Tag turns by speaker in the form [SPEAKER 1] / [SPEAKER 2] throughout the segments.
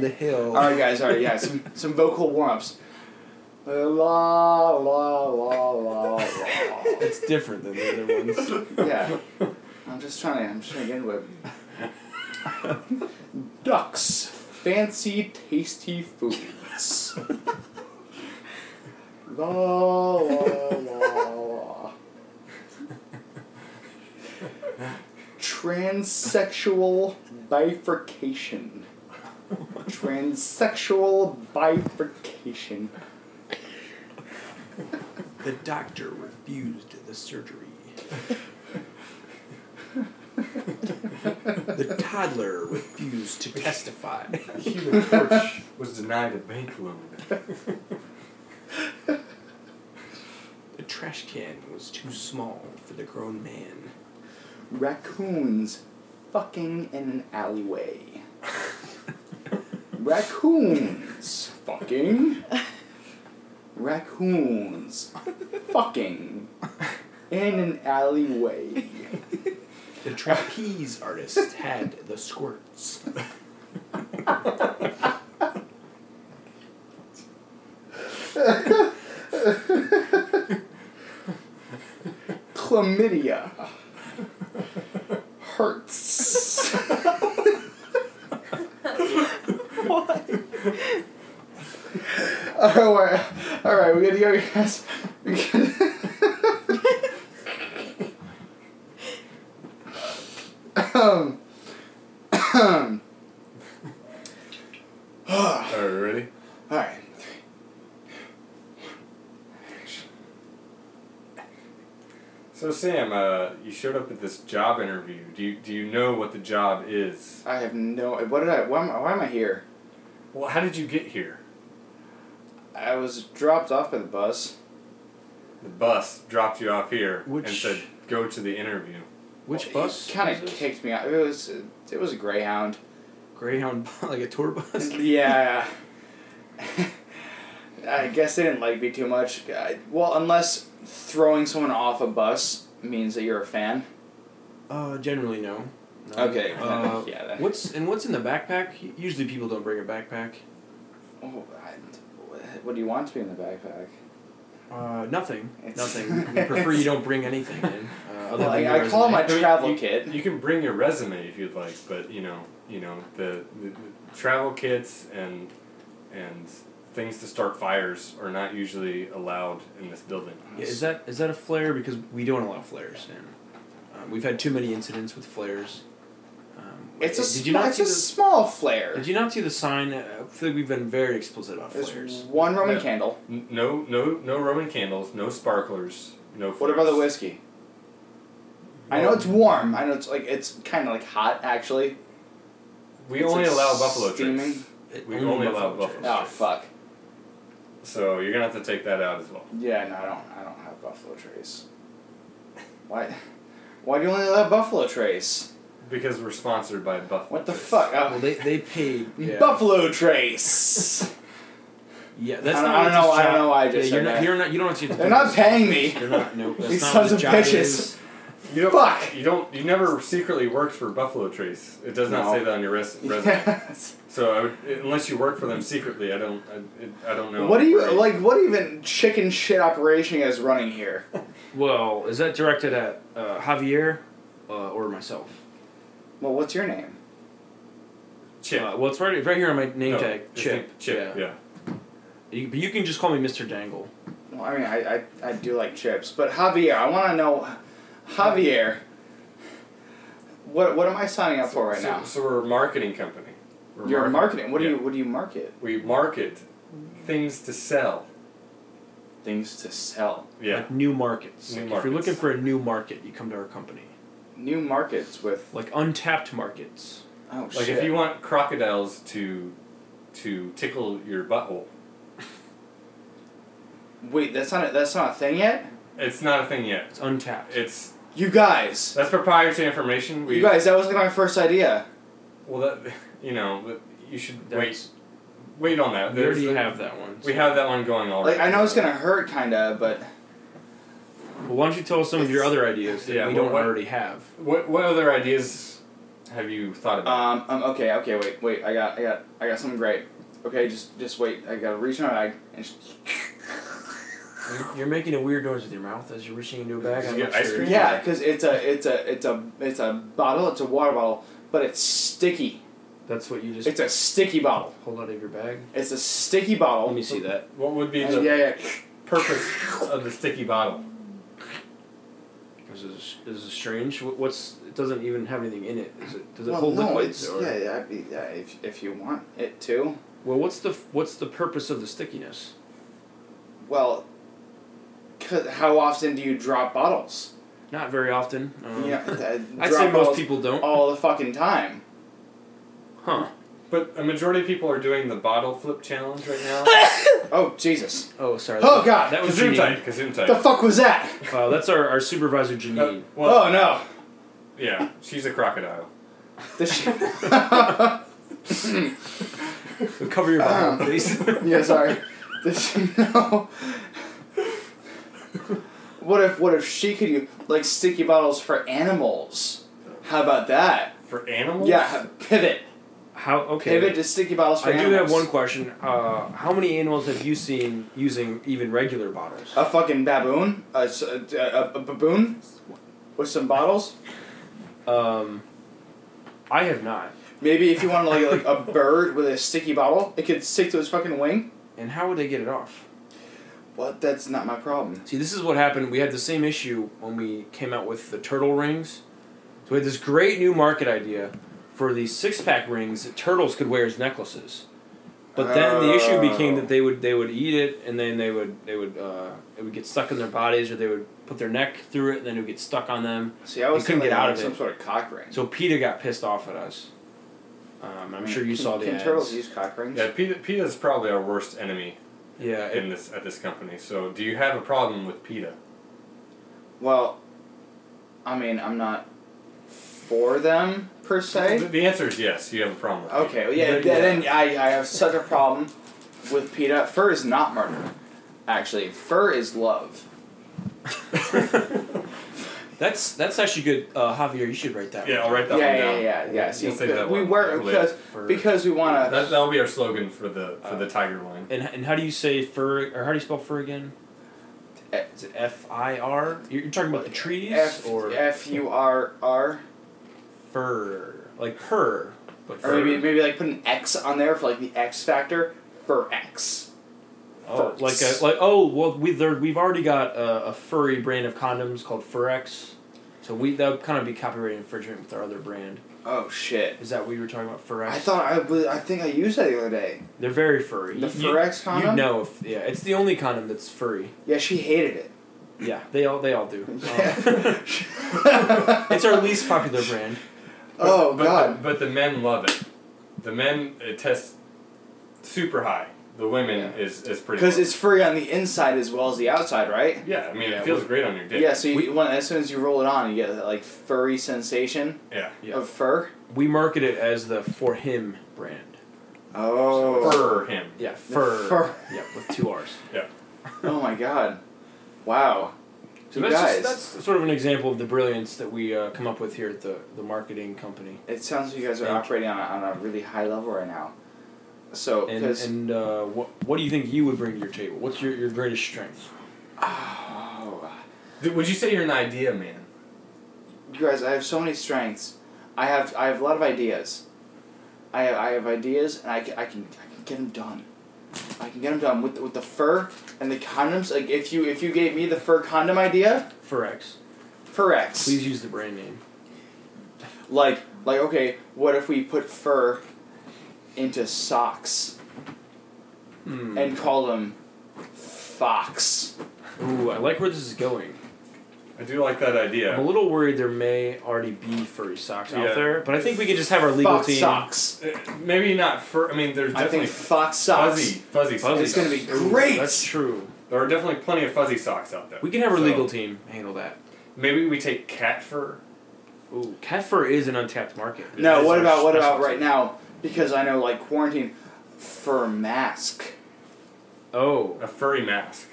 [SPEAKER 1] the hill.
[SPEAKER 2] All
[SPEAKER 3] Uh,
[SPEAKER 2] right, guys. All right, yeah. Some some vocal warm ups. La la la la la.
[SPEAKER 3] It's different than the other ones.
[SPEAKER 2] Yeah. I'm just trying to. I'm just trying to get into it. Ducks, fancy, tasty foods. la la la la. Transsexual bifurcation. Transsexual bifurcation.
[SPEAKER 1] The doctor refused the surgery. the toddler refused to testify.
[SPEAKER 3] Human Torch was denied a bank loan.
[SPEAKER 1] The trash can was too small for the grown man.
[SPEAKER 2] Raccoons fucking in an alleyway. Raccoons fucking. Raccoons fucking in an alleyway.
[SPEAKER 1] The trapeze artist had the squirts.
[SPEAKER 2] Chlamydia hurts. Oh, All right, all right, we gotta go, guys. We gotta- um, um,
[SPEAKER 3] Are we ready?
[SPEAKER 2] all right.
[SPEAKER 3] So Sam, uh, you showed up at this job interview. Do you do you know what the job is?
[SPEAKER 2] I have no. What did I? Why am, why am I here?
[SPEAKER 3] Well, how did you get here?
[SPEAKER 2] I was dropped off by the bus.
[SPEAKER 3] The bus dropped you off here
[SPEAKER 1] Which-
[SPEAKER 3] and said go to the interview.
[SPEAKER 1] Which bus?
[SPEAKER 2] Kind
[SPEAKER 1] was
[SPEAKER 2] of
[SPEAKER 1] this?
[SPEAKER 2] kicked me out. It was. It was a Greyhound.
[SPEAKER 1] Greyhound, like a tour bus.
[SPEAKER 2] yeah. I guess they didn't like me too much. I, well, unless throwing someone off a bus means that you're a fan.
[SPEAKER 1] Uh, generally no. No.
[SPEAKER 2] Okay,
[SPEAKER 1] Uh,
[SPEAKER 2] yeah, that-
[SPEAKER 1] What's and what's in the backpack? Usually people don't bring a backpack.
[SPEAKER 2] Oh, I, what do you want to be in the backpack?
[SPEAKER 1] Uh, nothing.
[SPEAKER 2] It's-
[SPEAKER 1] Nothing. We prefer you don't bring anything in. Uh, other
[SPEAKER 2] Well,
[SPEAKER 1] than
[SPEAKER 2] I-
[SPEAKER 1] your
[SPEAKER 2] I
[SPEAKER 1] resume.
[SPEAKER 2] call my-
[SPEAKER 3] mean,
[SPEAKER 2] travel
[SPEAKER 3] you-
[SPEAKER 2] kit.
[SPEAKER 3] You can bring your resume if you'd like, but you know, you know the, the, the travel kits and and things to start fires are not usually allowed in this building.
[SPEAKER 1] Yeah, is that is that a flare? Because we don't allow flares. Sam. Um, we've had too many incidents with flares. Um,
[SPEAKER 2] It's a,
[SPEAKER 1] did
[SPEAKER 2] sm-
[SPEAKER 1] you not
[SPEAKER 2] it's
[SPEAKER 1] see
[SPEAKER 2] a
[SPEAKER 1] the,
[SPEAKER 2] small flare.
[SPEAKER 1] Did you not see the sign? Uh, I feel like we've been very explicit about
[SPEAKER 2] There's
[SPEAKER 1] flares.
[SPEAKER 2] one Roman
[SPEAKER 3] Yeah.
[SPEAKER 2] candle.
[SPEAKER 3] N- No, no, no Roman candles, no sparklers, no.
[SPEAKER 2] What about the whiskey? I know it's warm. I know it's like it's kind of like hot actually.
[SPEAKER 3] We
[SPEAKER 2] It's
[SPEAKER 3] only
[SPEAKER 2] like
[SPEAKER 3] allow buffalo
[SPEAKER 2] steaming.
[SPEAKER 3] trace. We only allow buffalo.
[SPEAKER 1] trace.
[SPEAKER 2] Oh fuck.
[SPEAKER 3] So you're gonna have to take that out as well.
[SPEAKER 2] Yeah, no, I don't. I don't have Buffalo Trace. Why? Why do you only allow Buffalo Trace?
[SPEAKER 3] Because we're sponsored by Buffalo.
[SPEAKER 2] What the
[SPEAKER 3] Trace.
[SPEAKER 2] fuck?
[SPEAKER 1] Well,
[SPEAKER 2] Oh,
[SPEAKER 1] they they paid. Yeah,
[SPEAKER 2] Buffalo Trace.
[SPEAKER 1] yeah that's
[SPEAKER 2] I don't-
[SPEAKER 1] not
[SPEAKER 2] I
[SPEAKER 1] what
[SPEAKER 2] don't know-
[SPEAKER 1] this
[SPEAKER 2] I don't
[SPEAKER 1] job-
[SPEAKER 2] know why I just
[SPEAKER 1] yeah,
[SPEAKER 2] said
[SPEAKER 1] you're not,
[SPEAKER 2] that.
[SPEAKER 1] You're not. You don't have to.
[SPEAKER 2] They're not paying me.
[SPEAKER 1] You're not. No, that's
[SPEAKER 2] These
[SPEAKER 1] not
[SPEAKER 2] sons
[SPEAKER 1] what
[SPEAKER 2] of
[SPEAKER 1] the job
[SPEAKER 2] bitches.
[SPEAKER 1] is.
[SPEAKER 3] You don't,
[SPEAKER 2] Fuck.
[SPEAKER 3] You don't. You never secretly worked for Buffalo Trace. It does not
[SPEAKER 2] No.
[SPEAKER 3] say that on your res- resume.
[SPEAKER 2] Yes.
[SPEAKER 3] So I would, unless you work for them secretly, I don't. I, it- I don't know.
[SPEAKER 2] What do you
[SPEAKER 3] Right.
[SPEAKER 2] like? What even chicken shit operation is running here?
[SPEAKER 1] Well, is that directed at uh, Javier uh, or myself?
[SPEAKER 2] Well, what's your name?
[SPEAKER 3] Chip.
[SPEAKER 1] Uh, well, it's right, right here on my name
[SPEAKER 3] No,
[SPEAKER 1] tag.
[SPEAKER 3] his
[SPEAKER 1] Chip.
[SPEAKER 3] name- Chip. Yeah.
[SPEAKER 1] You, but you can just call me Mr. Dangle.
[SPEAKER 2] Well, I mean, I I, I do like chips, but Javier, I want to know, Javier. What what am I signing up for right
[SPEAKER 3] so,
[SPEAKER 2] now?
[SPEAKER 3] So we're a marketing company. We're
[SPEAKER 2] You're marketing. What do
[SPEAKER 3] yeah.
[SPEAKER 2] you what do you market?
[SPEAKER 3] We market things to sell.
[SPEAKER 2] Things to sell.
[SPEAKER 3] Yeah.
[SPEAKER 1] Like new markets.
[SPEAKER 3] New
[SPEAKER 1] Like, If
[SPEAKER 3] markets.
[SPEAKER 1] you're looking for a new market, you come to our company.
[SPEAKER 2] New markets with
[SPEAKER 1] Like untapped markets.
[SPEAKER 2] oh
[SPEAKER 3] Like
[SPEAKER 2] shit.
[SPEAKER 3] if you want crocodiles to, to tickle your butthole,
[SPEAKER 2] Wait, that's not a, that's not a thing yet.
[SPEAKER 3] it's not a thing yet.
[SPEAKER 1] It's untapped.
[SPEAKER 3] It's
[SPEAKER 2] You guys,
[SPEAKER 3] that's proprietary information. We
[SPEAKER 2] you guys, that was like my first idea.
[SPEAKER 3] well that you know but you should
[SPEAKER 1] That's-
[SPEAKER 3] wait wait on that.
[SPEAKER 1] we
[SPEAKER 3] uh, There's
[SPEAKER 1] already
[SPEAKER 3] the-
[SPEAKER 1] have that one.
[SPEAKER 3] We have that one going already.
[SPEAKER 2] Like I know it's gonna hurt, kinda, but
[SPEAKER 1] Well, why don't you tell us some of your other ideas that
[SPEAKER 3] Yeah,
[SPEAKER 1] we
[SPEAKER 3] well,
[SPEAKER 1] don't
[SPEAKER 3] what-
[SPEAKER 1] already have?
[SPEAKER 3] What what other ideas have you thought about?
[SPEAKER 2] Um, um. Okay. Okay. Wait. Wait. I got. I got. I got something great. Okay. Just. Just wait. I gotta reach in my bag and. Just...
[SPEAKER 1] You're- You're making a weird noise with your mouth as you're reaching into a bag.
[SPEAKER 3] Did
[SPEAKER 1] I'm
[SPEAKER 3] you
[SPEAKER 1] not
[SPEAKER 3] get ice
[SPEAKER 1] sure.
[SPEAKER 3] cream?
[SPEAKER 2] Yeah, because it's a. It's a. It's a. It's a bottle. It's a water bottle, but it's sticky.
[SPEAKER 1] That's what you just
[SPEAKER 2] It's a sticky bottle.
[SPEAKER 1] pulled out of your bag.
[SPEAKER 2] It's a sticky bottle.
[SPEAKER 1] Let me see that.
[SPEAKER 3] what would be
[SPEAKER 2] And
[SPEAKER 3] the
[SPEAKER 2] Uh, yeah. Yeah.
[SPEAKER 3] purpose of the sticky bottle?
[SPEAKER 1] This is this is strange. Wh- What's it doesn't even have anything in it. Is it does it
[SPEAKER 2] well,
[SPEAKER 1] hold
[SPEAKER 2] no,
[SPEAKER 1] liquids?
[SPEAKER 2] it's,
[SPEAKER 1] or-
[SPEAKER 2] yeah, yeah, I'd be- yeah, if, if you want it to.
[SPEAKER 1] Well, what's the f- what's the purpose of the stickiness?
[SPEAKER 2] Well, 'cause how often do you drop bottles?
[SPEAKER 1] Not very often. Um,
[SPEAKER 2] yeah, uh,
[SPEAKER 1] I'd
[SPEAKER 2] drop Oh.
[SPEAKER 1] say most
[SPEAKER 2] bottles
[SPEAKER 1] people don't.
[SPEAKER 2] all the fucking time.
[SPEAKER 1] Huh.
[SPEAKER 3] But a majority of people are doing the bottle flip challenge right now.
[SPEAKER 2] Oh Jesus!
[SPEAKER 1] Oh, sorry.
[SPEAKER 2] Oh,
[SPEAKER 1] that-
[SPEAKER 2] God.
[SPEAKER 1] That was
[SPEAKER 3] Kazoom
[SPEAKER 1] Janine.
[SPEAKER 3] type. Kazoom
[SPEAKER 2] The
[SPEAKER 3] type.
[SPEAKER 2] fuck was that?
[SPEAKER 1] Uh, that's our, our supervisor Janine.
[SPEAKER 3] Uh, well,
[SPEAKER 2] oh no!
[SPEAKER 3] yeah, she's a crocodile.
[SPEAKER 2] The sh-
[SPEAKER 1] Cover your mouth,
[SPEAKER 2] Um,
[SPEAKER 1] please.
[SPEAKER 2] yeah, sorry. The sh- no. What if what if she could use like sticky bottles for animals? How about that?
[SPEAKER 3] For animals?
[SPEAKER 2] Yeah, pivot,
[SPEAKER 1] How okay?
[SPEAKER 2] pivot to sticky bottles for
[SPEAKER 1] I do
[SPEAKER 2] animals.
[SPEAKER 1] have one question. Uh, how many animals have you seen using even regular bottles?
[SPEAKER 2] A fucking baboon, a, s- a, a- a baboon, with some bottles.
[SPEAKER 1] Um, I have not.
[SPEAKER 2] Maybe if you want to like like a bird with a sticky bottle, it could stick to its fucking wing.
[SPEAKER 1] And how would they get it off?
[SPEAKER 2] Well, that's not my problem.
[SPEAKER 1] See, this is what happened. We had the same issue when we came out with the turtle rings. So we had this great new market idea for these six pack rings that turtles could wear as necklaces. But then the issue became that they would they would eat it and then they would they would uh, it would get stuck in their bodies or they would put their neck through it and then it would get stuck on them.
[SPEAKER 2] See, I was
[SPEAKER 1] You couldn't
[SPEAKER 2] thinking
[SPEAKER 1] get out
[SPEAKER 2] like
[SPEAKER 1] of
[SPEAKER 2] some
[SPEAKER 1] it.
[SPEAKER 2] sort of cock ring.
[SPEAKER 1] So PETA got pissed off at us. Um, I'm sure you
[SPEAKER 2] Can-
[SPEAKER 1] saw the
[SPEAKER 2] can
[SPEAKER 1] ads.
[SPEAKER 2] turtles use cock rings?
[SPEAKER 3] Yeah, PETA, PETA is probably our worst enemy
[SPEAKER 1] Yeah, it-
[SPEAKER 3] in this at this company. So, do you have a problem with PETA?
[SPEAKER 2] Well, I mean, I'm not for them per
[SPEAKER 3] The,
[SPEAKER 2] se.
[SPEAKER 3] the answer is yes. You have a problem. With PETA.
[SPEAKER 2] Okay, well, yeah,
[SPEAKER 1] Mm-hmm. Yeah.
[SPEAKER 2] th- then I, I have such a problem with PETA. Fur is not murder, actually. Fur is love.
[SPEAKER 1] that's that's actually good, uh, Javier. You should write that.
[SPEAKER 3] Yeah, I'll write that
[SPEAKER 2] Yeah,
[SPEAKER 3] one
[SPEAKER 2] yeah,
[SPEAKER 3] down.
[SPEAKER 2] yeah, yeah, yeah. See,
[SPEAKER 3] save that
[SPEAKER 2] we
[SPEAKER 3] one
[SPEAKER 2] wear
[SPEAKER 3] for
[SPEAKER 2] because
[SPEAKER 3] later.
[SPEAKER 1] For-
[SPEAKER 2] because we want
[SPEAKER 3] That
[SPEAKER 2] to.
[SPEAKER 3] that'll be our slogan for the for the tiger line.
[SPEAKER 1] And and how do you say fur or how do you spell fur again?
[SPEAKER 2] Eh,
[SPEAKER 1] Is it F I R? You're you're talking about the trees
[SPEAKER 2] F
[SPEAKER 1] or
[SPEAKER 2] F U R R,
[SPEAKER 1] fur, like purr, but
[SPEAKER 2] or
[SPEAKER 1] fur.
[SPEAKER 2] maybe maybe like put an X on there for like the X factor. Fur X.
[SPEAKER 1] oh, like
[SPEAKER 2] furts.
[SPEAKER 1] a like oh well we there we've already got a, a furry brand of condoms called Furx, so we that would kind of be copyright infringement with our other brand.
[SPEAKER 2] Oh shit!
[SPEAKER 1] Is that what you were talking about Furx?
[SPEAKER 2] I thought I was, I think I used that the other day.
[SPEAKER 1] they're very furry.
[SPEAKER 2] The
[SPEAKER 1] You-
[SPEAKER 2] Furx
[SPEAKER 1] You
[SPEAKER 2] condom?
[SPEAKER 1] know, if, yeah, it's the only condom that's furry.
[SPEAKER 2] Yeah, she hated it.
[SPEAKER 1] Yeah, they all they all do. Um,
[SPEAKER 2] Yeah.
[SPEAKER 1] it's our least popular brand.
[SPEAKER 2] oh
[SPEAKER 3] but
[SPEAKER 2] god.
[SPEAKER 3] The, but the men love it. The men it tests super high. The women
[SPEAKER 2] Yeah.
[SPEAKER 3] is is pretty.
[SPEAKER 2] Because
[SPEAKER 3] low.
[SPEAKER 2] it's free on the inside as well as the outside, right?
[SPEAKER 3] yeah. I mean,
[SPEAKER 1] Yeah,
[SPEAKER 3] it feels great on your
[SPEAKER 2] Yeah.
[SPEAKER 3] dick.
[SPEAKER 2] so you, when, as soon as you roll it on, you get that like furry sensation
[SPEAKER 3] Yeah.
[SPEAKER 1] Yeah.
[SPEAKER 2] of fur.
[SPEAKER 1] We market it as the for him brand.
[SPEAKER 2] Oh.
[SPEAKER 3] Fur him.
[SPEAKER 1] Yeah,
[SPEAKER 2] The
[SPEAKER 1] fur.
[SPEAKER 2] fur.
[SPEAKER 1] Yeah, with two R's.
[SPEAKER 2] Oh my god. Wow.
[SPEAKER 1] So
[SPEAKER 2] You
[SPEAKER 1] that's
[SPEAKER 2] guys.
[SPEAKER 1] just, that's sort of an example of the brilliance that we uh, come up with here at the, the marketing company.
[SPEAKER 2] It sounds like you guys are
[SPEAKER 1] Thank you.
[SPEAKER 2] operating on a, on a really high level right now. So,
[SPEAKER 1] And
[SPEAKER 2] because
[SPEAKER 1] and uh, what what do you think you would bring to your table? What's your, your greatest strength?
[SPEAKER 2] oh,
[SPEAKER 3] Th- Would you say you're an idea man?
[SPEAKER 2] you guys, I have so many strengths. I have I have a lot of ideas. I have, I have ideas, and I, ca- I can I can get them done. I can get them done with the- with the fur and the condoms. Like if you if you gave me the fur condom idea,
[SPEAKER 1] Forex.
[SPEAKER 2] fur X.
[SPEAKER 1] Please use the brand name.
[SPEAKER 2] Like like okay, what if we put fur into socks
[SPEAKER 1] Hmm.
[SPEAKER 2] and call them fox?
[SPEAKER 1] Ooh, I like where this is going.
[SPEAKER 3] I do like that
[SPEAKER 1] I'm a
[SPEAKER 3] idea.
[SPEAKER 1] little worried there may already be furry socks
[SPEAKER 3] Yeah.
[SPEAKER 1] out there, but I think we could just have our legal
[SPEAKER 2] fox
[SPEAKER 1] team.
[SPEAKER 2] socks.
[SPEAKER 3] Uh, Maybe not fur. I mean, there's
[SPEAKER 2] I
[SPEAKER 3] definitely
[SPEAKER 2] think fox socks.
[SPEAKER 3] fuzzy, fuzzy,
[SPEAKER 1] Fuzzy
[SPEAKER 2] It's gonna be
[SPEAKER 1] socks. Ooh,
[SPEAKER 2] great.
[SPEAKER 1] That's true.
[SPEAKER 3] There are definitely plenty of fuzzy socks out there.
[SPEAKER 1] We can have our
[SPEAKER 3] So,
[SPEAKER 1] legal team handle that.
[SPEAKER 3] Maybe we take cat fur.
[SPEAKER 1] Ooh, cat fur is an untapped market.
[SPEAKER 2] No,
[SPEAKER 1] It's
[SPEAKER 2] what
[SPEAKER 1] our
[SPEAKER 2] about what about
[SPEAKER 1] specialty.
[SPEAKER 2] right now? Because I know like quarantine, fur mask,
[SPEAKER 1] Oh,
[SPEAKER 3] A furry mask.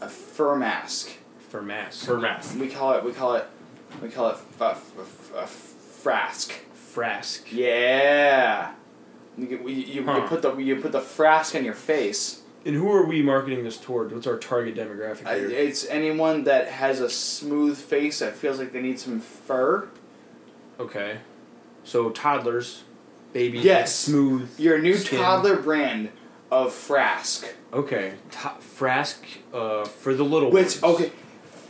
[SPEAKER 2] a fur mask.
[SPEAKER 1] for mass.
[SPEAKER 3] Fur mask.
[SPEAKER 2] We call it we call it we call it f- f- f- a frask.
[SPEAKER 1] frask.
[SPEAKER 2] Yeah. You, get- you, you, you
[SPEAKER 1] Huh.
[SPEAKER 2] put the you put the frask on your face.
[SPEAKER 1] And who are we marketing this toward? What's our target demographic
[SPEAKER 2] I,
[SPEAKER 1] here?
[SPEAKER 2] it's anyone that has a smooth face that feels like they need some fur.
[SPEAKER 1] okay. So toddlers, babies,
[SPEAKER 2] Yes.
[SPEAKER 1] smooth.
[SPEAKER 2] Your new
[SPEAKER 1] Skin.
[SPEAKER 2] toddler brand of frask.
[SPEAKER 1] Okay. To- frask uh, for the little ones.
[SPEAKER 2] Which okay,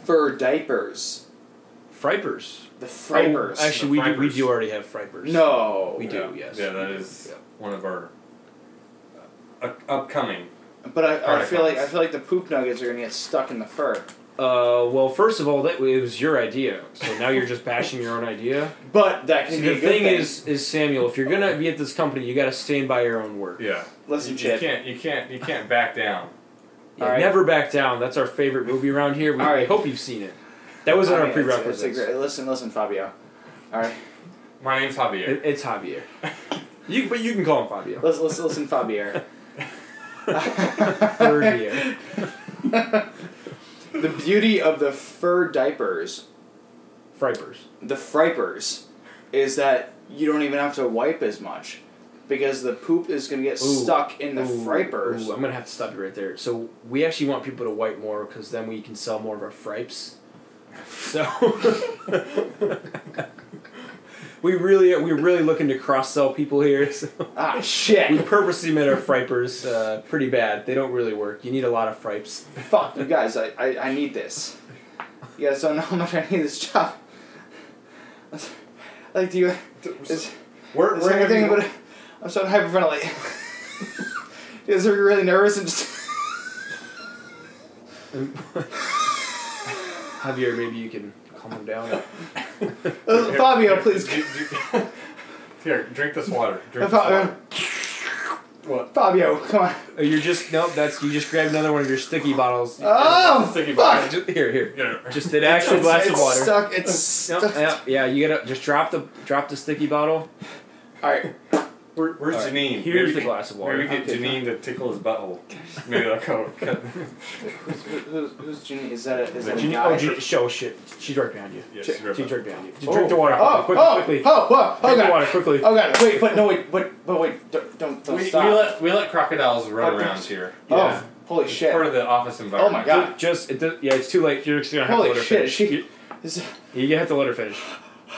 [SPEAKER 2] for diapers,
[SPEAKER 1] Fripers.
[SPEAKER 2] the fripers.
[SPEAKER 1] Oh, actually, we
[SPEAKER 3] The
[SPEAKER 1] do, we
[SPEAKER 3] Fripers.
[SPEAKER 1] do already have fripers.
[SPEAKER 2] no,
[SPEAKER 1] We do, yes.
[SPEAKER 3] Yeah, that
[SPEAKER 1] We do,
[SPEAKER 3] is
[SPEAKER 1] yeah.
[SPEAKER 3] one of our uh, up- upcoming.
[SPEAKER 2] But I, I
[SPEAKER 3] Alright,
[SPEAKER 2] feel like I
[SPEAKER 3] guys.
[SPEAKER 2] feel like the poop nuggets are gonna get stuck in the fur.
[SPEAKER 1] Uh, well, first of all, that it was your idea, so now you're just bashing your own idea.
[SPEAKER 2] But that can
[SPEAKER 1] See,
[SPEAKER 2] be a
[SPEAKER 1] the
[SPEAKER 2] good
[SPEAKER 1] thing is, is Samuel, if you're gonna be at this company, you gotta stand by your own word.
[SPEAKER 3] Yeah.
[SPEAKER 2] listen,
[SPEAKER 3] you, you
[SPEAKER 2] Chip.
[SPEAKER 3] can't you can't you can't back down.
[SPEAKER 1] Yeah,
[SPEAKER 2] All right.
[SPEAKER 1] Never back down. That's our favorite movie around here. We,
[SPEAKER 2] All right.
[SPEAKER 1] I hope you've seen it. That was in
[SPEAKER 2] I
[SPEAKER 1] our
[SPEAKER 2] mean, it's-
[SPEAKER 1] prerequisites.
[SPEAKER 2] It's, a great, listen, listen, Fabio. All right,
[SPEAKER 3] My name's Javier.
[SPEAKER 1] It- it's Javier. You, but you can call him Fabio.
[SPEAKER 2] listen, listen, listen, Fabio.
[SPEAKER 1] Third year.
[SPEAKER 2] The beauty of the fur diapers,
[SPEAKER 1] Fripers.
[SPEAKER 2] the fripers, is that you don't even have to wipe as much, because the poop is gonna get
[SPEAKER 1] Ooh.
[SPEAKER 2] stuck in the
[SPEAKER 1] Ooh,
[SPEAKER 2] fripers.
[SPEAKER 1] ooh, I'm gonna have to stop you right there. So we actually want people to wipe more because then we can sell more of our fripes. So we really we're really looking to cross sell people here. So
[SPEAKER 2] Ah,
[SPEAKER 1] we
[SPEAKER 2] shit!
[SPEAKER 1] purposely made our fripers uh, pretty bad. They don't really work. You need a lot of fripes.
[SPEAKER 2] Fuck you guys! I, I, I need this. You guys don't know how much I need this job. Like, do you? Is,
[SPEAKER 1] We're,
[SPEAKER 2] Is there anything but I'm starting to hyperventilate. Is are really nervous and just
[SPEAKER 1] Javier, maybe you can calm him down.
[SPEAKER 2] Uh, Fabio, please.
[SPEAKER 3] Here, do- do- here, drink this water. Drink this
[SPEAKER 2] Fabio,
[SPEAKER 3] water. What?
[SPEAKER 2] uh, Fabio, come on.
[SPEAKER 1] Oh, You're just nope. That's you just grabbed another one of your sticky bottles.
[SPEAKER 2] Oh,
[SPEAKER 3] Sticky
[SPEAKER 2] fuck!
[SPEAKER 3] bottle.
[SPEAKER 1] Just- here, here.
[SPEAKER 3] Yeah.
[SPEAKER 1] Just an actual glass
[SPEAKER 2] it's
[SPEAKER 1] of water.
[SPEAKER 2] stuck. It's stuck.
[SPEAKER 1] Yep, yep, yeah, you gotta just drop the drop the sticky bottle.
[SPEAKER 2] All right.
[SPEAKER 3] Where, where's
[SPEAKER 1] All right,
[SPEAKER 3] Janine?
[SPEAKER 1] Here's
[SPEAKER 3] Maybe-
[SPEAKER 1] the glass of water.
[SPEAKER 3] Maybe get
[SPEAKER 2] Okay,
[SPEAKER 3] Janine to tickle his butthole. Maybe that'll go.
[SPEAKER 2] Who's, who's, who's Ginny? Is that a, is that
[SPEAKER 1] Ginny-
[SPEAKER 2] a
[SPEAKER 1] oh,
[SPEAKER 2] guy?
[SPEAKER 1] Ginny- show shit. She's right behind you.
[SPEAKER 3] yes,
[SPEAKER 2] Check-
[SPEAKER 3] you're
[SPEAKER 1] She's
[SPEAKER 3] right.
[SPEAKER 1] right behind you. Just
[SPEAKER 2] Oh.
[SPEAKER 1] drink the water
[SPEAKER 2] Oh,
[SPEAKER 1] quickly,
[SPEAKER 2] oh,
[SPEAKER 1] quickly, quickly.
[SPEAKER 2] oh, whoa, oh,
[SPEAKER 1] drink the
[SPEAKER 2] god.
[SPEAKER 1] water quickly.
[SPEAKER 2] Oh, god. Wait, but no, wait, but, but wait, don't, don't,
[SPEAKER 3] We,
[SPEAKER 2] don't
[SPEAKER 3] we
[SPEAKER 2] stop.
[SPEAKER 3] let we let crocodiles run
[SPEAKER 2] Oh,
[SPEAKER 3] around here.
[SPEAKER 2] oh,
[SPEAKER 1] Yeah.
[SPEAKER 2] holy
[SPEAKER 3] It's
[SPEAKER 2] shit.
[SPEAKER 3] Part of the office
[SPEAKER 2] Oh
[SPEAKER 3] environment.
[SPEAKER 2] my
[SPEAKER 1] Ju-
[SPEAKER 2] god.
[SPEAKER 1] Just, it does, yeah, it's too late. You're just gonna have
[SPEAKER 2] Holy
[SPEAKER 1] to let her
[SPEAKER 2] shit,
[SPEAKER 1] finish.
[SPEAKER 2] she- Is,
[SPEAKER 1] you, you have to let her finish.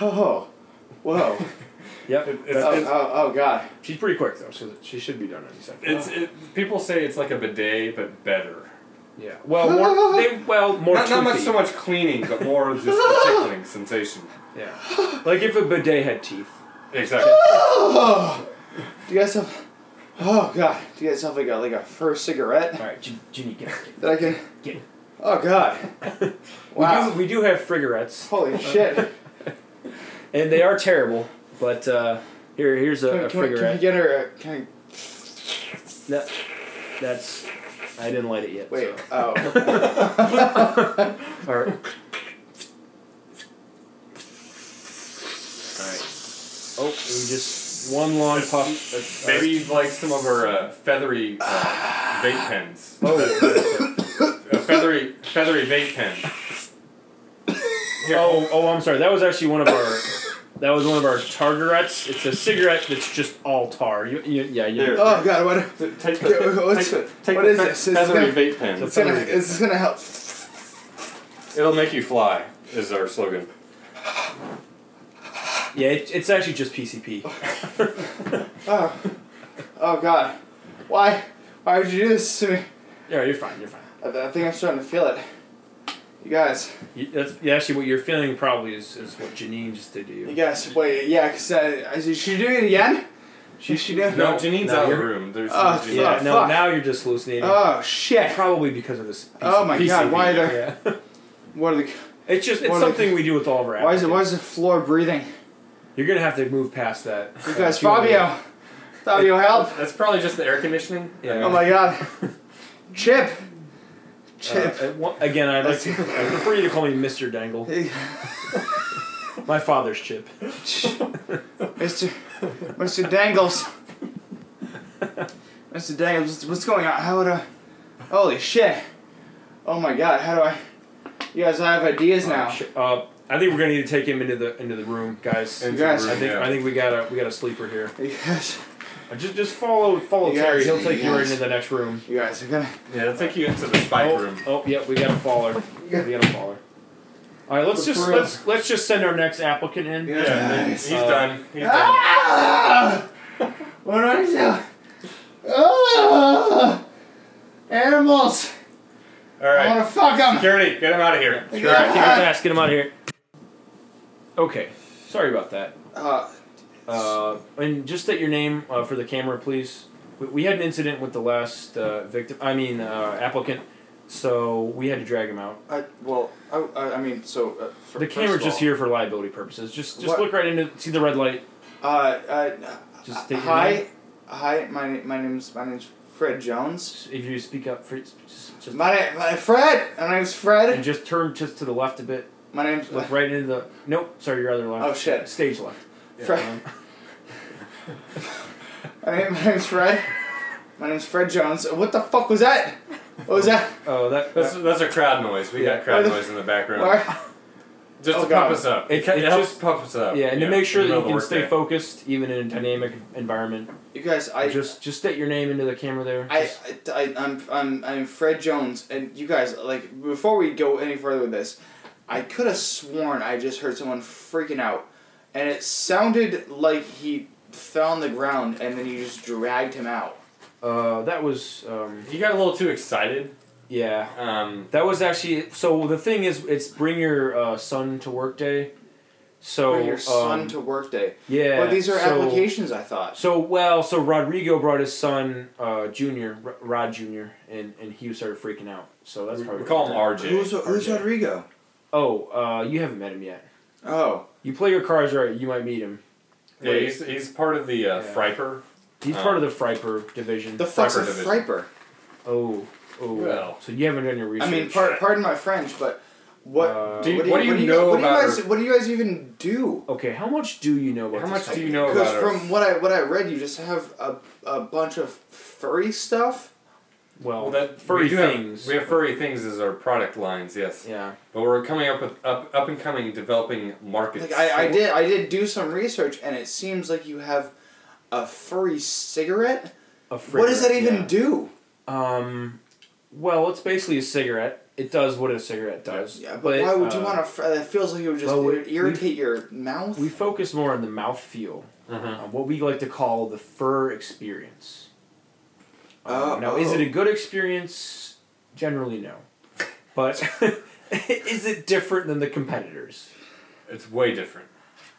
[SPEAKER 2] oh, whoa.
[SPEAKER 1] Yep.
[SPEAKER 3] It-
[SPEAKER 2] Oh,
[SPEAKER 3] it's- it's-
[SPEAKER 2] oh, oh, god.
[SPEAKER 1] She's pretty quick though, so she should be done any second.
[SPEAKER 3] It's it, people say it's like a bidet, but better.
[SPEAKER 1] yeah. Well, more. They, well, more.
[SPEAKER 3] Not, not much
[SPEAKER 1] toothy.
[SPEAKER 3] so much cleaning, but more just the tickling sensation.
[SPEAKER 1] Yeah. Like if a bidet had teeth.
[SPEAKER 3] Exactly.
[SPEAKER 2] Oh, do you guys have? Oh god, do you guys have like a like a fur cigarette
[SPEAKER 1] All right, Gin- Ginny, get it.
[SPEAKER 2] that I can?
[SPEAKER 1] Get it.
[SPEAKER 2] Oh god,
[SPEAKER 1] We do,
[SPEAKER 2] wow,
[SPEAKER 1] we do have frigarettes,
[SPEAKER 2] holy shit! Can,
[SPEAKER 1] and they are terrible. But uh, here, here's a,
[SPEAKER 2] we-
[SPEAKER 1] a
[SPEAKER 2] can, we- can we
[SPEAKER 1] frigarette.
[SPEAKER 2] get her? A, can
[SPEAKER 1] That, that's. I didn't light it yet.
[SPEAKER 2] we, wait?
[SPEAKER 1] so.
[SPEAKER 2] Oh,
[SPEAKER 1] All right. Oh, we just one long uh, puff.
[SPEAKER 3] That's- Maybe you'd like some of our uh, feathery uh, vape pens.
[SPEAKER 1] Oh,
[SPEAKER 3] A feathery feathery vape pen. Here.
[SPEAKER 1] oh, oh, I'm sorry. That was actually one of our. That was one of our targarettes. It's a cigarette that's just all tar. You, you, yeah, you.
[SPEAKER 3] There.
[SPEAKER 2] oh god, what?
[SPEAKER 3] Take the, take
[SPEAKER 2] Okay, what's-
[SPEAKER 3] the, take
[SPEAKER 2] what
[SPEAKER 3] the
[SPEAKER 2] is
[SPEAKER 3] fe-
[SPEAKER 2] this? It's
[SPEAKER 3] feathery
[SPEAKER 2] gonna-
[SPEAKER 3] vape pen.
[SPEAKER 2] It's gonna, is this gonna help?
[SPEAKER 3] It'll make you fly, is our slogan.
[SPEAKER 1] Yeah, it, it's actually just PCP.
[SPEAKER 2] Oh, oh god, why? Why would you do this to me?
[SPEAKER 1] Yeah, you're fine. You're fine.
[SPEAKER 2] I, I think I'm starting to feel it. You guys,
[SPEAKER 1] You, that's yeah, actually what you're feeling probably is, is what Janine just did to
[SPEAKER 2] you
[SPEAKER 1] you.
[SPEAKER 2] guys, wait, yeah, cause I, I, should she do it again? Should she do it?
[SPEAKER 3] No, Janine's
[SPEAKER 1] no,
[SPEAKER 3] out of the
[SPEAKER 1] you're-
[SPEAKER 3] room. There's
[SPEAKER 2] Oh,
[SPEAKER 3] Janine.
[SPEAKER 1] Yeah,
[SPEAKER 2] Oh,
[SPEAKER 1] no,
[SPEAKER 2] fuck.
[SPEAKER 1] now you're just hallucinating.
[SPEAKER 2] Oh shit!
[SPEAKER 1] probably because of this.
[SPEAKER 2] Oh my
[SPEAKER 1] PCP.
[SPEAKER 2] god, why do?
[SPEAKER 1] Yeah.
[SPEAKER 2] What are the?
[SPEAKER 1] It's just it's
[SPEAKER 2] What are they-
[SPEAKER 1] something we do with all of our.
[SPEAKER 2] Why is it? Why
[SPEAKER 1] applicants.
[SPEAKER 2] is the floor breathing?
[SPEAKER 1] You're gonna have to move past that.
[SPEAKER 2] You
[SPEAKER 1] uh,
[SPEAKER 2] guys,
[SPEAKER 1] few minutes.
[SPEAKER 2] Fabio, Fabio, help!
[SPEAKER 3] That's probably just the air conditioning.
[SPEAKER 1] Yeah.
[SPEAKER 3] I mean,
[SPEAKER 2] Oh my God, Chip, Chip.
[SPEAKER 1] Uh, uh, well, again, I'd like to, I prefer you to call me Mr. Dangle. My father's chip.
[SPEAKER 2] Mr. Mr. Dangles. Mr. Dangles, what's- what's going on? How do I? Holy shit! Oh my God, how do I? You guys, I have ideas now.
[SPEAKER 1] Sh- Uh, I think we're gonna need to take him into the into the room, guys.
[SPEAKER 3] Into
[SPEAKER 2] the Guys.
[SPEAKER 1] I
[SPEAKER 2] room,
[SPEAKER 1] think
[SPEAKER 3] yeah.
[SPEAKER 1] I think we got a we got a sleeper here.
[SPEAKER 2] You guys,
[SPEAKER 1] Uh, Just just follow follow
[SPEAKER 2] You
[SPEAKER 1] Terry.
[SPEAKER 2] guys-
[SPEAKER 1] He'll take you
[SPEAKER 2] you
[SPEAKER 1] right
[SPEAKER 2] guys-
[SPEAKER 1] into the next room.
[SPEAKER 2] you guys are gonna.
[SPEAKER 3] Yeah, they'll take you into the spike
[SPEAKER 1] Oh,
[SPEAKER 3] room.
[SPEAKER 1] oh yep, we got a faller. We got a faller. All right, let's
[SPEAKER 2] But
[SPEAKER 1] just
[SPEAKER 2] for real.
[SPEAKER 1] let's let's just send our next applicant in.
[SPEAKER 3] Yeah,
[SPEAKER 2] Nice.
[SPEAKER 3] he's
[SPEAKER 1] Uh,
[SPEAKER 3] done. He's done.
[SPEAKER 2] Ah! What do I do? Ah! Animals!
[SPEAKER 3] All
[SPEAKER 2] I
[SPEAKER 3] right,
[SPEAKER 2] wanna fuck them!
[SPEAKER 3] security, get him out of here.
[SPEAKER 1] All right, kick his ass, get him out of here. Okay, sorry about that.
[SPEAKER 2] Uh,
[SPEAKER 1] Uh, and just state your name uh, for the camera, please. We, we had an incident with the last uh, victim. I mean uh, applicant. So we had to drag him out.
[SPEAKER 2] I, well, I, I, I mean, so. Uh, for,
[SPEAKER 1] The
[SPEAKER 2] first
[SPEAKER 1] camera's
[SPEAKER 2] of
[SPEAKER 1] just
[SPEAKER 2] all,
[SPEAKER 1] here for liability purposes. Just just
[SPEAKER 2] What-
[SPEAKER 1] look right into see the red light.
[SPEAKER 2] Uh, uh,
[SPEAKER 1] Just state your
[SPEAKER 2] hi,
[SPEAKER 1] name.
[SPEAKER 2] hi. My na- my name's my name's Fred Jones.
[SPEAKER 1] If you speak up, for, just, just
[SPEAKER 2] My name, my Fred. My name's
[SPEAKER 1] and
[SPEAKER 2] Fred.
[SPEAKER 1] just turn just to the left a bit.
[SPEAKER 2] My name's
[SPEAKER 1] Look right into the nope. Sorry, your other left.
[SPEAKER 2] Oh, shit.
[SPEAKER 1] Stage left.
[SPEAKER 2] Fred.
[SPEAKER 1] Um,
[SPEAKER 2] My, name, my name's Fred. My name's Fred Jones. What the fuck was that? What was that?
[SPEAKER 1] oh, that.
[SPEAKER 3] That's, that's a crowd noise. We
[SPEAKER 1] Yeah.
[SPEAKER 3] got crowd
[SPEAKER 2] Where the-
[SPEAKER 3] noise in the background.
[SPEAKER 2] Where-
[SPEAKER 3] Just
[SPEAKER 2] Oh,
[SPEAKER 3] to pump
[SPEAKER 2] God.
[SPEAKER 3] us up.
[SPEAKER 1] It-
[SPEAKER 3] It,
[SPEAKER 1] it
[SPEAKER 3] helps
[SPEAKER 1] just-
[SPEAKER 3] pump us up.
[SPEAKER 1] yeah, and to make sure
[SPEAKER 3] in
[SPEAKER 1] that
[SPEAKER 3] the
[SPEAKER 1] you
[SPEAKER 3] middle
[SPEAKER 1] can
[SPEAKER 3] of the
[SPEAKER 1] stay
[SPEAKER 3] workday.
[SPEAKER 1] focused even in a dynamic environment.
[SPEAKER 2] You guys, I
[SPEAKER 1] just just state your name into the camera there.
[SPEAKER 2] I,
[SPEAKER 1] Just-
[SPEAKER 2] I, I'm, I'm, I'm Fred Jones, and you guys, like, before we go any further with this, I could have sworn I just heard someone freaking out, and it sounded like he fell on the ground, and then you just dragged him out.
[SPEAKER 1] uh, that was um,
[SPEAKER 3] You got a little too excited.
[SPEAKER 1] yeah.
[SPEAKER 3] Um,
[SPEAKER 1] That was actually so. The thing is, it's bring your uh, son to work day. So
[SPEAKER 2] Bring your son
[SPEAKER 1] um,
[SPEAKER 2] to work day.
[SPEAKER 1] yeah.
[SPEAKER 2] but these are
[SPEAKER 1] so-
[SPEAKER 2] applications, I thought.
[SPEAKER 1] So well, so Rodrigo brought his son, uh, Junior, R- Rod Junior, and and he started freaking out. So that's
[SPEAKER 3] we,
[SPEAKER 1] probably
[SPEAKER 3] we call him
[SPEAKER 1] what-
[SPEAKER 3] RJ. RJ.
[SPEAKER 2] Rodrigo?
[SPEAKER 1] Oh, uh, you haven't met him yet.
[SPEAKER 2] Oh,
[SPEAKER 1] You play your cards right, you might meet him.
[SPEAKER 3] Yeah, he's, he's part of the uh,
[SPEAKER 1] Yeah.
[SPEAKER 3] Friper.
[SPEAKER 1] He's
[SPEAKER 3] Oh.
[SPEAKER 1] part of the Friper division.
[SPEAKER 2] the fuck's a
[SPEAKER 3] Friper division.
[SPEAKER 2] friper?
[SPEAKER 1] oh, oh.
[SPEAKER 3] Well.
[SPEAKER 1] So you haven't done your research.
[SPEAKER 2] I mean, par- pardon my French, but what?
[SPEAKER 1] Uh,
[SPEAKER 3] Do you-
[SPEAKER 2] what, do
[SPEAKER 3] what do
[SPEAKER 2] you,
[SPEAKER 3] you know
[SPEAKER 2] what do you
[SPEAKER 3] about
[SPEAKER 2] guys?
[SPEAKER 3] her?
[SPEAKER 2] What do you guys even do?
[SPEAKER 1] Okay, how much do you know about
[SPEAKER 3] How
[SPEAKER 1] this
[SPEAKER 3] much do
[SPEAKER 1] company?
[SPEAKER 3] you know about
[SPEAKER 2] Because
[SPEAKER 3] her?
[SPEAKER 2] from what I what I read, you just have a, a bunch of furry stuff.
[SPEAKER 1] Well,
[SPEAKER 3] Well, that
[SPEAKER 1] furry
[SPEAKER 3] we do
[SPEAKER 1] things.
[SPEAKER 3] Have, we have furry things as our product lines, yes.
[SPEAKER 1] yeah.
[SPEAKER 3] But we're coming up with up, up and coming developing markets.
[SPEAKER 2] Like I, I did I did do some research, and it seems like you have a furry cigarette.
[SPEAKER 1] A
[SPEAKER 2] what does that
[SPEAKER 1] fragrance,
[SPEAKER 2] even
[SPEAKER 1] yeah.
[SPEAKER 2] do?
[SPEAKER 1] Um, well, it's basically a cigarette. It does what a cigarette does.
[SPEAKER 2] Yeah, but, why would you
[SPEAKER 1] uh,
[SPEAKER 2] want to? Fr- it feels like it would just
[SPEAKER 1] well, we-
[SPEAKER 2] ir- irritate your mouth.
[SPEAKER 1] We focus more on the mouthfeel,
[SPEAKER 3] Mhm.
[SPEAKER 1] on what we like to call the fur experience. Um,
[SPEAKER 2] Oh,
[SPEAKER 1] now, is
[SPEAKER 2] oh.
[SPEAKER 1] it a good experience? Generally, no. But is it different than the competitors?
[SPEAKER 3] It's way different.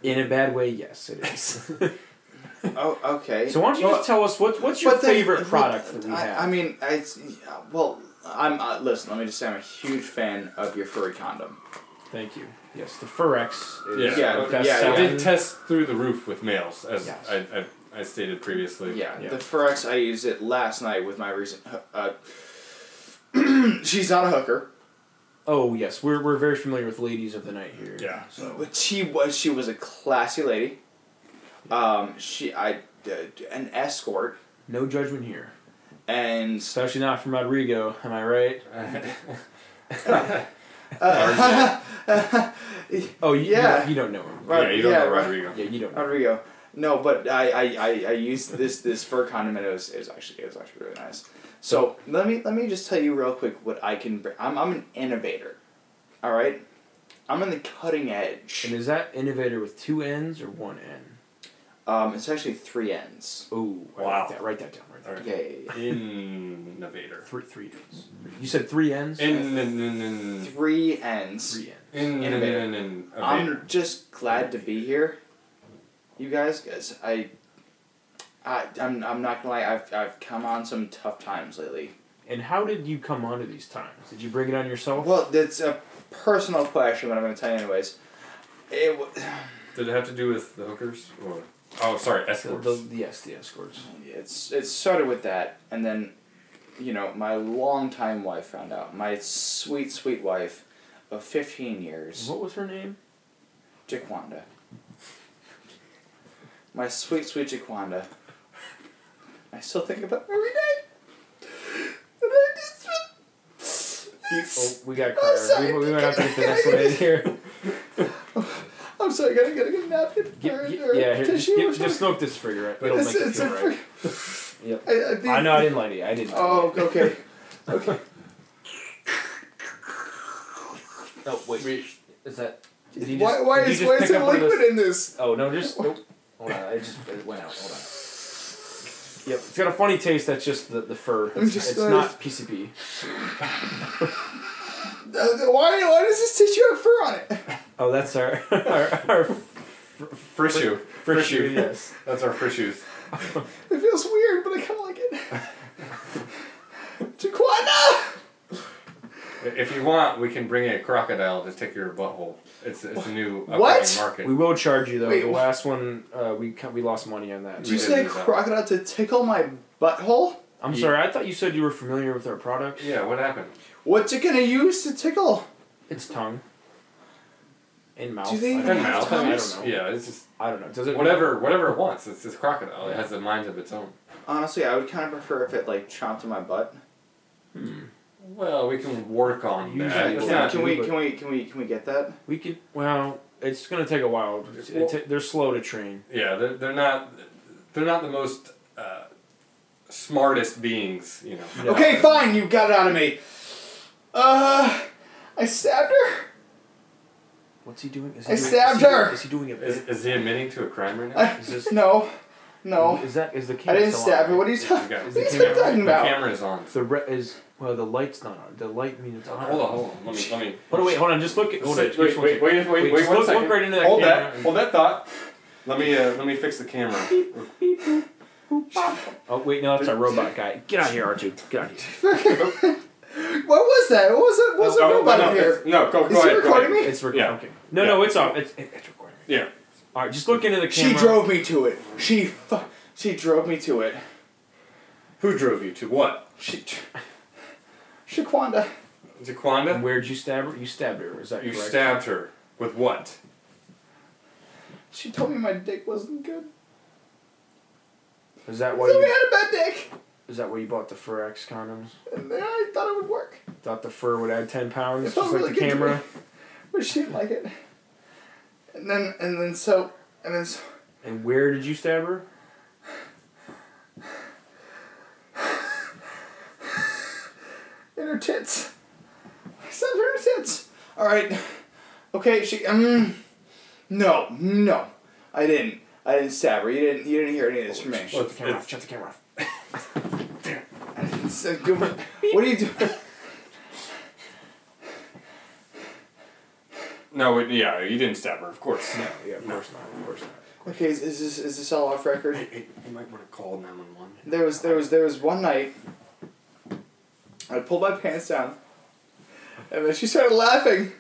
[SPEAKER 1] In a bad way, yes, it is.
[SPEAKER 2] oh, okay.
[SPEAKER 1] so why don't you just tell us what, what's your
[SPEAKER 2] But then-
[SPEAKER 1] favorite
[SPEAKER 2] but-
[SPEAKER 1] product that we
[SPEAKER 2] I,
[SPEAKER 1] have?
[SPEAKER 2] I mean, it's yeah, well. I'm uh, listen. Let me just say, I'm a huge fan of your furry condom.
[SPEAKER 1] Thank you. Yes, the Furex
[SPEAKER 3] Yeah,
[SPEAKER 1] is
[SPEAKER 2] Yeah,
[SPEAKER 1] the best
[SPEAKER 2] yeah,
[SPEAKER 3] I
[SPEAKER 1] selling.
[SPEAKER 3] did test through the roof with males, as
[SPEAKER 1] Yes.
[SPEAKER 3] I, I, I stated previously.
[SPEAKER 2] Yeah,
[SPEAKER 1] Yeah.
[SPEAKER 2] the Forex I used it last night with my recent. Uh, she's not a hooker,
[SPEAKER 1] Oh yes, we're, we're very familiar with ladies of the night here.
[SPEAKER 3] Yeah.
[SPEAKER 1] So
[SPEAKER 2] but she was she was a classy lady. Um, she I uh, an escort,
[SPEAKER 1] no judgment here,
[SPEAKER 2] and
[SPEAKER 1] especially not from Rodrigo. Am I right?
[SPEAKER 2] uh,
[SPEAKER 1] Oh you- you
[SPEAKER 2] Yeah.
[SPEAKER 1] don't- You, don't know him.
[SPEAKER 2] Right,
[SPEAKER 3] yeah, you don't
[SPEAKER 2] yeah,
[SPEAKER 3] know
[SPEAKER 2] right.
[SPEAKER 3] Rodrigo.
[SPEAKER 1] Yeah, you don't. Know. him.
[SPEAKER 2] Rodrigo. No, but I, I, I, I used this this fur condom and it was, it was actually it was actually really nice. So let me let me just tell you real quick what I can bring. I'm I'm an innovator, all right. I'm on the cutting edge.
[SPEAKER 1] And is that innovator with two N's or one N?
[SPEAKER 2] Um, it's actually three ends.
[SPEAKER 1] Oh
[SPEAKER 3] Wow.
[SPEAKER 1] Write that, write that down. Write that.
[SPEAKER 3] All
[SPEAKER 1] down.
[SPEAKER 3] right.
[SPEAKER 2] Yeah, yeah, yeah.
[SPEAKER 3] Innovator.
[SPEAKER 1] Three three N's. You said three N's.
[SPEAKER 3] In, in, in, in,
[SPEAKER 2] Three ends.
[SPEAKER 1] three N's.
[SPEAKER 3] in, in,
[SPEAKER 2] Innovator.
[SPEAKER 3] in, in,
[SPEAKER 2] I'm just glad to be here. You guys, guys, I, I, I'm, I'm not gonna lie. I've, I've come on some tough times lately.
[SPEAKER 1] And how did you come onto these times? Did you bring it on yourself?
[SPEAKER 2] Well, that's a personal question, but I'm gonna tell you anyways. It, wa-
[SPEAKER 3] Did it have to do with the hookers? Or, oh, sorry,
[SPEAKER 1] the,
[SPEAKER 3] escorts.
[SPEAKER 1] the, yes, the escorts.
[SPEAKER 2] it's, it started with that, and then, you know, my longtime wife found out. My sweet, sweet wife, of 15 years.
[SPEAKER 1] What was her name?
[SPEAKER 2] Jaquanda. My sweet, sweet Jaquanda. I still think about her every day. And I just.
[SPEAKER 1] Oh, we got
[SPEAKER 2] I'm
[SPEAKER 1] Carter.
[SPEAKER 2] sorry.
[SPEAKER 1] We, we might have to get the next one in here.
[SPEAKER 2] I'm sorry. Gotta gotta get a napkin
[SPEAKER 1] Get-
[SPEAKER 2] or,
[SPEAKER 1] get-
[SPEAKER 2] or
[SPEAKER 1] yeah, here, just,
[SPEAKER 2] tissue
[SPEAKER 1] get-
[SPEAKER 2] or
[SPEAKER 1] just
[SPEAKER 2] something.
[SPEAKER 1] smoke this cigarette.
[SPEAKER 3] But
[SPEAKER 1] It'll
[SPEAKER 2] It's,
[SPEAKER 1] make you
[SPEAKER 2] it's a
[SPEAKER 1] feel right. Yep.
[SPEAKER 2] fr- I, I, think,
[SPEAKER 1] I know I didn't lie to you. I didn't.
[SPEAKER 2] Oh, okay.
[SPEAKER 1] Oh wait. Is that? Did you
[SPEAKER 2] why
[SPEAKER 1] just-
[SPEAKER 2] why
[SPEAKER 1] did you
[SPEAKER 2] is
[SPEAKER 1] just
[SPEAKER 2] why is
[SPEAKER 1] pick
[SPEAKER 2] there
[SPEAKER 1] up one of
[SPEAKER 2] liquid
[SPEAKER 1] those-
[SPEAKER 2] in this?
[SPEAKER 1] Oh no, just nope. Hold on, it just it went out. Hold on. Yep, it's got a funny taste. That's just the, the fur. It's,
[SPEAKER 2] just
[SPEAKER 1] it's
[SPEAKER 2] saying.
[SPEAKER 1] not PCP.
[SPEAKER 2] Uh, why why does this tissue have fur on it?
[SPEAKER 1] Oh, that's our our, our
[SPEAKER 3] Frishu.
[SPEAKER 1] frishu. Yes.
[SPEAKER 3] That's our Frishus.
[SPEAKER 2] It feels weird, but I kind of like it. Jaquanda.
[SPEAKER 3] If you want, we can bring a crocodile to tick your butthole. It's, it's a new upcoming
[SPEAKER 2] What?
[SPEAKER 3] market.
[SPEAKER 1] We will charge you though.
[SPEAKER 2] Wait,
[SPEAKER 1] the
[SPEAKER 2] wh-
[SPEAKER 1] last one, uh, we ca- we lost money on that.
[SPEAKER 2] Did you
[SPEAKER 3] did
[SPEAKER 2] say
[SPEAKER 3] do that.
[SPEAKER 2] crocodile to tickle my butthole?
[SPEAKER 1] I'm
[SPEAKER 3] Ye-
[SPEAKER 1] sorry. I thought you said you were familiar with our product.
[SPEAKER 3] yeah, what happened?
[SPEAKER 2] What's it gonna use to tickle?
[SPEAKER 1] It's tongue. And mouth.
[SPEAKER 2] Do they
[SPEAKER 1] I
[SPEAKER 2] even
[SPEAKER 1] don't,
[SPEAKER 2] have
[SPEAKER 1] know. I
[SPEAKER 2] tongues?
[SPEAKER 1] don't know.
[SPEAKER 3] Yeah, it's just
[SPEAKER 1] I don't know. Does it
[SPEAKER 3] whatever whatever it wants. It's this crocodile. It has a mind of its own.
[SPEAKER 2] Honestly, I would kind of prefer if it like chomped in my butt.
[SPEAKER 3] Well, we can work on
[SPEAKER 1] Usually
[SPEAKER 3] that.
[SPEAKER 1] it
[SPEAKER 3] It's
[SPEAKER 1] will.
[SPEAKER 3] not-
[SPEAKER 2] can we
[SPEAKER 1] but-
[SPEAKER 2] can we can we can we get that?
[SPEAKER 1] We could. Well, it's gonna take a while. It- it ta- they're slow to train.
[SPEAKER 3] yeah, they're, they're not they're not the most uh, smartest beings, you know.
[SPEAKER 1] No.
[SPEAKER 2] Okay, fine. You got it out of me. Uh, I stabbed her.
[SPEAKER 1] What's he doing? Is
[SPEAKER 2] I
[SPEAKER 1] he doing,
[SPEAKER 2] stabbed
[SPEAKER 1] is he,
[SPEAKER 2] her!
[SPEAKER 1] Is he doing it?
[SPEAKER 3] Is, is he admitting to a crime right now?
[SPEAKER 2] I-
[SPEAKER 1] Is this-
[SPEAKER 2] no, no.
[SPEAKER 1] Is that is the
[SPEAKER 2] I
[SPEAKER 1] camera?
[SPEAKER 2] didn't
[SPEAKER 1] still
[SPEAKER 2] stab
[SPEAKER 1] on?
[SPEAKER 2] her. What are you
[SPEAKER 3] You
[SPEAKER 2] talking?
[SPEAKER 3] got-
[SPEAKER 2] What
[SPEAKER 1] the
[SPEAKER 2] are you still
[SPEAKER 1] camera-
[SPEAKER 2] talking
[SPEAKER 3] the
[SPEAKER 2] about?
[SPEAKER 3] camera's on.
[SPEAKER 1] The re- is well the light's not on. The light means it's on.
[SPEAKER 3] Hold on, hold on. Let me let me.
[SPEAKER 1] Hold on, wait, hold on. Just look. at- Hold on.
[SPEAKER 3] Wait, wait,
[SPEAKER 1] just
[SPEAKER 3] wait, wait, wait,
[SPEAKER 1] Wait,
[SPEAKER 3] wait
[SPEAKER 1] just
[SPEAKER 3] one
[SPEAKER 1] look-
[SPEAKER 3] second.
[SPEAKER 1] look right into that
[SPEAKER 3] hold
[SPEAKER 1] camera
[SPEAKER 3] that,
[SPEAKER 1] and-
[SPEAKER 3] hold that thought. Let me uh, let me fix the camera.
[SPEAKER 1] Oh wait, no, that's our robot guy. Get out of here, R two. Get out of here.
[SPEAKER 2] What was that? What was it? What was
[SPEAKER 3] Oh,
[SPEAKER 2] a robot
[SPEAKER 3] no,
[SPEAKER 2] in here?
[SPEAKER 3] it's- No, go, go
[SPEAKER 2] Is he
[SPEAKER 3] ahead. go ahead.
[SPEAKER 2] recording me?
[SPEAKER 1] It's recording.
[SPEAKER 3] Yeah.
[SPEAKER 1] Okay. No, no, it's off. It's, it- it's recording.
[SPEAKER 3] Yeah.
[SPEAKER 1] All right, just look into the camera.
[SPEAKER 2] She drove me to it. She fu- she drove me to it.
[SPEAKER 3] Who drove you to what?
[SPEAKER 2] She Shaquanda.
[SPEAKER 1] And
[SPEAKER 3] Jaquanda?
[SPEAKER 1] where'd you stab her? You stabbed her. Is that
[SPEAKER 3] You
[SPEAKER 1] correct?
[SPEAKER 3] stabbed her with what?
[SPEAKER 2] She told me my dick wasn't good.
[SPEAKER 1] Is that why
[SPEAKER 2] So we
[SPEAKER 1] you?
[SPEAKER 2] had a bad dick.
[SPEAKER 1] Is that why you bought the Furx condoms?
[SPEAKER 2] And then I thought it would work.
[SPEAKER 1] Thought the fur would add ten pounds,
[SPEAKER 2] It
[SPEAKER 1] just like
[SPEAKER 2] felt really
[SPEAKER 1] the
[SPEAKER 2] good to
[SPEAKER 1] camera.
[SPEAKER 2] me. But she didn't like it. And then and then so and then so
[SPEAKER 1] And where did you stab her?
[SPEAKER 2] in her tits. I stabbed her in her tits. Alright. Okay, she um No, no. I didn't. I didn't stab her. You didn't you didn't hear any of this from me.
[SPEAKER 1] Shut the
[SPEAKER 3] it's-
[SPEAKER 1] camera
[SPEAKER 3] it's-
[SPEAKER 1] off. Shut the camera off.
[SPEAKER 2] It's a good one. What are you doing?
[SPEAKER 3] No, it, yeah, you didn't stab her, of course.
[SPEAKER 1] No, yeah, of course not. Of course not.
[SPEAKER 2] Okay, is, is this is this all off record?
[SPEAKER 3] Hey, hey, you might want to call 911.
[SPEAKER 2] There was there was there was one night I pulled my pants down and then she started laughing.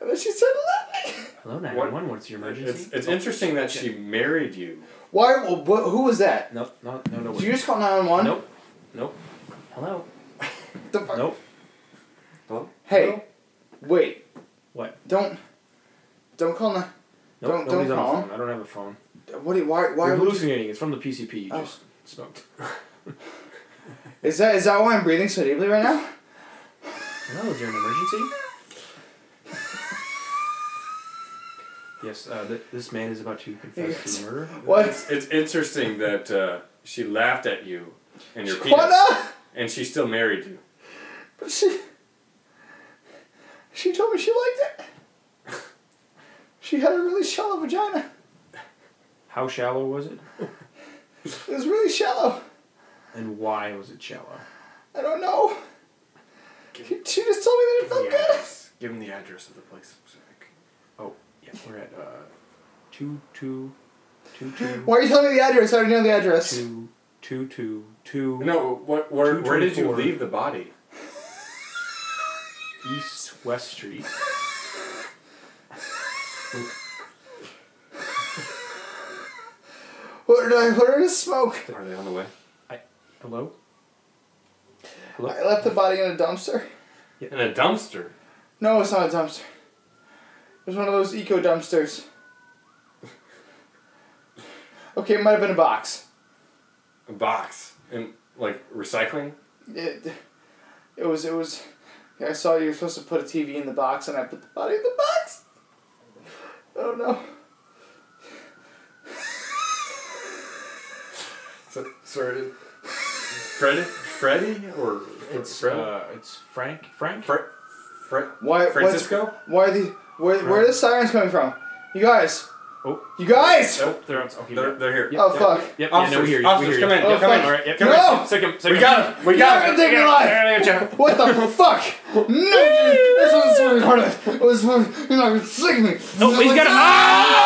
[SPEAKER 2] And then she started laughing.
[SPEAKER 1] Hello, nine one one. What's your emergency?
[SPEAKER 3] It's, it's interesting that she married you.
[SPEAKER 2] Why wh- wh- who was that?
[SPEAKER 1] Nope. No. No. No.
[SPEAKER 2] Did
[SPEAKER 1] Wait.
[SPEAKER 2] you just call 911?
[SPEAKER 1] Nope. Nope. Hello.
[SPEAKER 2] The fu-
[SPEAKER 1] Nope.
[SPEAKER 3] Hello?
[SPEAKER 2] Hey. Wait.
[SPEAKER 1] What?
[SPEAKER 2] Don't don't call nine
[SPEAKER 1] Nope.
[SPEAKER 2] Don't-
[SPEAKER 1] Nobody's
[SPEAKER 2] don't
[SPEAKER 1] on the
[SPEAKER 2] call.
[SPEAKER 1] phone. I don't have a phone.
[SPEAKER 2] what do you, why why
[SPEAKER 1] You're
[SPEAKER 2] would you,
[SPEAKER 1] hallucinating. It's from the PCP you
[SPEAKER 2] Oh.
[SPEAKER 1] just smoked.
[SPEAKER 2] is that is that why I'm breathing so deeply right now?
[SPEAKER 1] Hello. Is there an emergency? yes. Uh, th- this man is about to confess to the murder.
[SPEAKER 2] What?
[SPEAKER 3] It's, it's interesting that uh, she laughed at you and your penis,
[SPEAKER 2] Quanta?
[SPEAKER 3] and she still married you.
[SPEAKER 2] But she She told me she liked it. She had a really shallow vagina.
[SPEAKER 1] How shallow was it?
[SPEAKER 2] It was really shallow.
[SPEAKER 1] And why was it shallow?
[SPEAKER 2] I don't know. She, she just told me that it felt good.
[SPEAKER 3] Give him the address of the place.
[SPEAKER 1] Oh, yeah. We're at uh, two two two two.
[SPEAKER 2] Why are you telling me the address? I already know the address.
[SPEAKER 1] two two two two
[SPEAKER 3] No, what, where, where did you
[SPEAKER 1] 224.
[SPEAKER 3] leave the body?
[SPEAKER 1] East West Street.
[SPEAKER 2] What did I? What did I smoke?
[SPEAKER 3] Are they on the way?
[SPEAKER 1] Hello.
[SPEAKER 2] I left the body in a dumpster.
[SPEAKER 3] In a dumpster.
[SPEAKER 2] No, it's not a dumpster. It was one of those eco dumpsters. Okay, it might have been a box.
[SPEAKER 3] A box. And, like, recycling?
[SPEAKER 2] It, it was. It was. I saw you were supposed to put a TV in the box, and I put the body in the box. Oh no.
[SPEAKER 4] So, sorry.
[SPEAKER 2] uh,
[SPEAKER 3] Freddy? Freddy? Or
[SPEAKER 1] It's
[SPEAKER 3] Fred?
[SPEAKER 1] uh, it's Frank. Frank.
[SPEAKER 3] Fre- Fre-
[SPEAKER 2] Why?
[SPEAKER 3] Francisco?
[SPEAKER 2] What's, why are the where where are the sirens coming from? You guys.
[SPEAKER 1] Oh.
[SPEAKER 2] You guys.
[SPEAKER 1] Nope, they're on. Okay,
[SPEAKER 3] They're,
[SPEAKER 1] yep.
[SPEAKER 3] they're here.
[SPEAKER 1] Yep,
[SPEAKER 2] Oh
[SPEAKER 1] yep,
[SPEAKER 2] fuck.
[SPEAKER 1] Yep, yeah, no,
[SPEAKER 3] Officers,
[SPEAKER 1] we hear you.
[SPEAKER 3] officers,
[SPEAKER 1] we hear
[SPEAKER 3] come
[SPEAKER 1] you.
[SPEAKER 3] in,
[SPEAKER 1] Yep,
[SPEAKER 2] Oh,
[SPEAKER 3] Oh,
[SPEAKER 1] come
[SPEAKER 2] fuck.
[SPEAKER 1] in. All right, yep, come
[SPEAKER 2] No!
[SPEAKER 1] in. Sick him. Sick
[SPEAKER 3] We
[SPEAKER 1] him.
[SPEAKER 3] got him! We
[SPEAKER 2] You're
[SPEAKER 3] got
[SPEAKER 2] gonna
[SPEAKER 3] him!
[SPEAKER 2] take me alive.
[SPEAKER 1] Yeah, yeah, yeah.
[SPEAKER 2] What the fuck? No, dude, this one's really part of it. This one, you're not gonna sick me.
[SPEAKER 1] Oh, he's got him. Ah!